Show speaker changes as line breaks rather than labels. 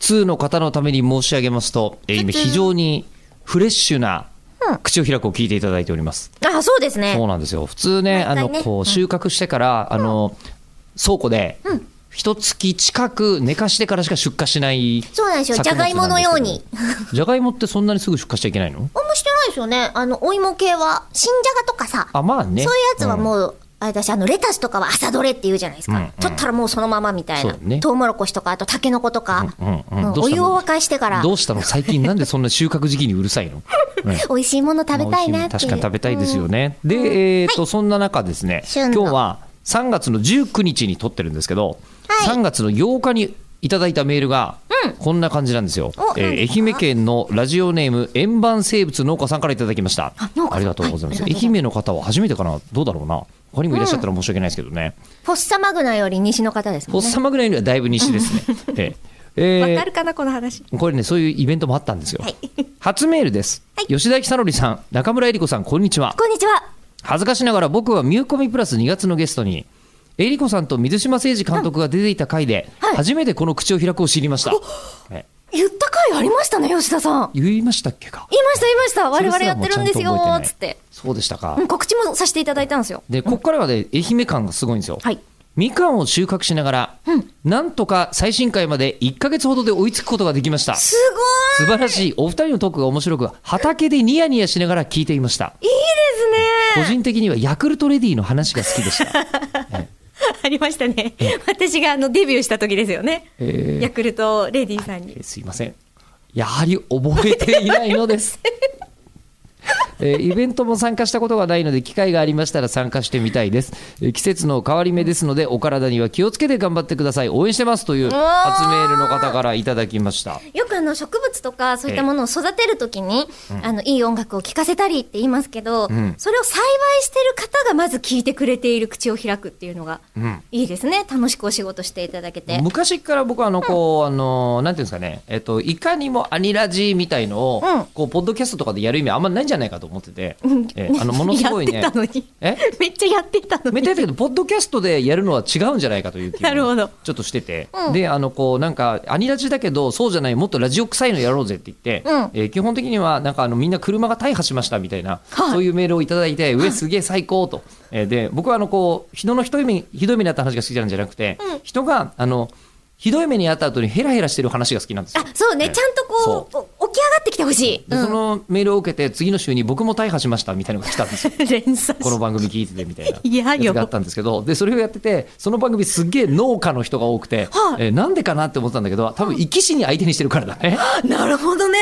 2の方のために申し上げますと、えー今非常にフレッシュな口を開くを聞いていただいております。
あ、そうです
そう
ね。
なんですよ。普通ね、あ
毎回
の、
ね
こう、収穫してから、あの、倉庫で、一月近く寝かしてからしか出荷しない。
そうなんですよ。
作
じゃ
物
が
ないんですけど
ものよう に。
じゃがいもってそんなにすぐ出荷しちゃいけないの
あんましてないですよね。あの、お芋系は、新じゃがとかさ、
あ、まあね。
そういうやつは
うん、
もう、あれだし、あの、レタスとかは朝どれって言うじゃないですか。
うんうん
取ったらもうそのままみたいな。
そうね
トウモロコシとか、あとタケノコとか、
うんうん
もう
どう
お
した
湯
の
を沸かしてから、
どうしたの最近なんでそんな収穫時期にうるさい のね
美味しいもの食べたいなっていう。
確かに食べたいですよね。で、えーと、そんな中ですね、
旬
今
の
日は3月の19日に撮ってるんですけど、
はい
3月の8日にいただいたメールが、こんな感じなんですよ
お。
えー
何ですか
愛媛県のラジオネーム、円盤生物農家さんからいただきました。
あ農家さん
ありがとうございます。
はいありがとうござい
愛媛の方は初めてかなどうだろうな他にもいらっしゃったら申し訳ないですけどね。
フォッサマグナより西の方です
お
も
っ
んね。
さまぐらいにはだいぶ西ですね。えええー
わかるかなこの話
これね、そういうイベントもあったんですよ。初メールです。吉田久典さん、中村江里子さん、こんにちは。
こんにちは。
恥ずかしながら僕は「ミューコミプラス」2月のゲストにえりこさんと水島誠二監督が出ていた回で、
はい
初めてこの口を開くを知りました、え
言った回ありましたね、吉田さん。
言いましたっけか
言いました、言いました。我々やってるんですよ
それすらもちゃんと覚えてな、い
つって。
そうでしたか、
うん告知もさせていただいたんですよ。
でここからはね愛媛感がすごいんですよ、
はい。
みかんを収穫しながら、なんとか最新回まで1ヶ月ほどで追いつくことができました素
すご
晴らしいお二人のトークが面白く畑でニヤニヤしながら聞いていました
いいいですね
個人的にはヤクルトレディの話が好きでした
ありましたね私があのデビューした時ですよね、
えー
ヤクルトレディさんに
えーすいませんやはり覚えていないのです、えーイベントも参加したことがないので機会がありましたら参加してみたいです、えー季節の変わり目ですのでお体には気をつけて頑張ってください応援してますという
おー
初メールの方からいただきました
よくあの植物とかそういったものを育てるときに、あのいい音楽を聴かせたりって言いますけど、
ん
それを栽培してる方がまず聞いてくれている口を開くっていうのが、
ん
いいですね楽しくお仕事していただけて、
昔から僕はあのこう、あのなんていうんですかね、えっと、いかにもアニラジみたいのを、
うん
こうポッドキャストとかでやる意味あんまないんじゃないかと思ってて、
うん
えーあのものすごいね
やってたのに
え
めっちゃやってたの
め
に
っちゃやってたけど、ポッドキャストでやるのは違うんじゃないかという気
なるほ
も
ど
ちょっとしてて、
うん
で、あの、こう、なんか、アニラジだけど、そうじゃない、もっとラジオ臭いのやろうぜって言って、
うん
えー基本的には、なんか、あの、みんな車が大破しましたみたいな、そういうメールをいただいて、うえ、すげえ最高と。えーで、僕は、あの、こう、人のひどい目に、ひどい目にあった話が好きなんじゃなくて、人が、あの、ひどい目にあった後にヘラヘラしてる話が好きなんですよ
あ。そうね、ちゃんとこうお起き上がってきてほしい、
で
うん
そのメールを受けて、次の週に僕も大破しましたみたいなのが来たんですよ。
連鎖
この番組聞いててみたいな
嫌よ
やつがあったんですけどでそれをやっててその番組すっげえ農家の人が多くて、
はい
えーなんでかなって思ってたんだけど多分生き死に相手にしてるからだね
なるほどね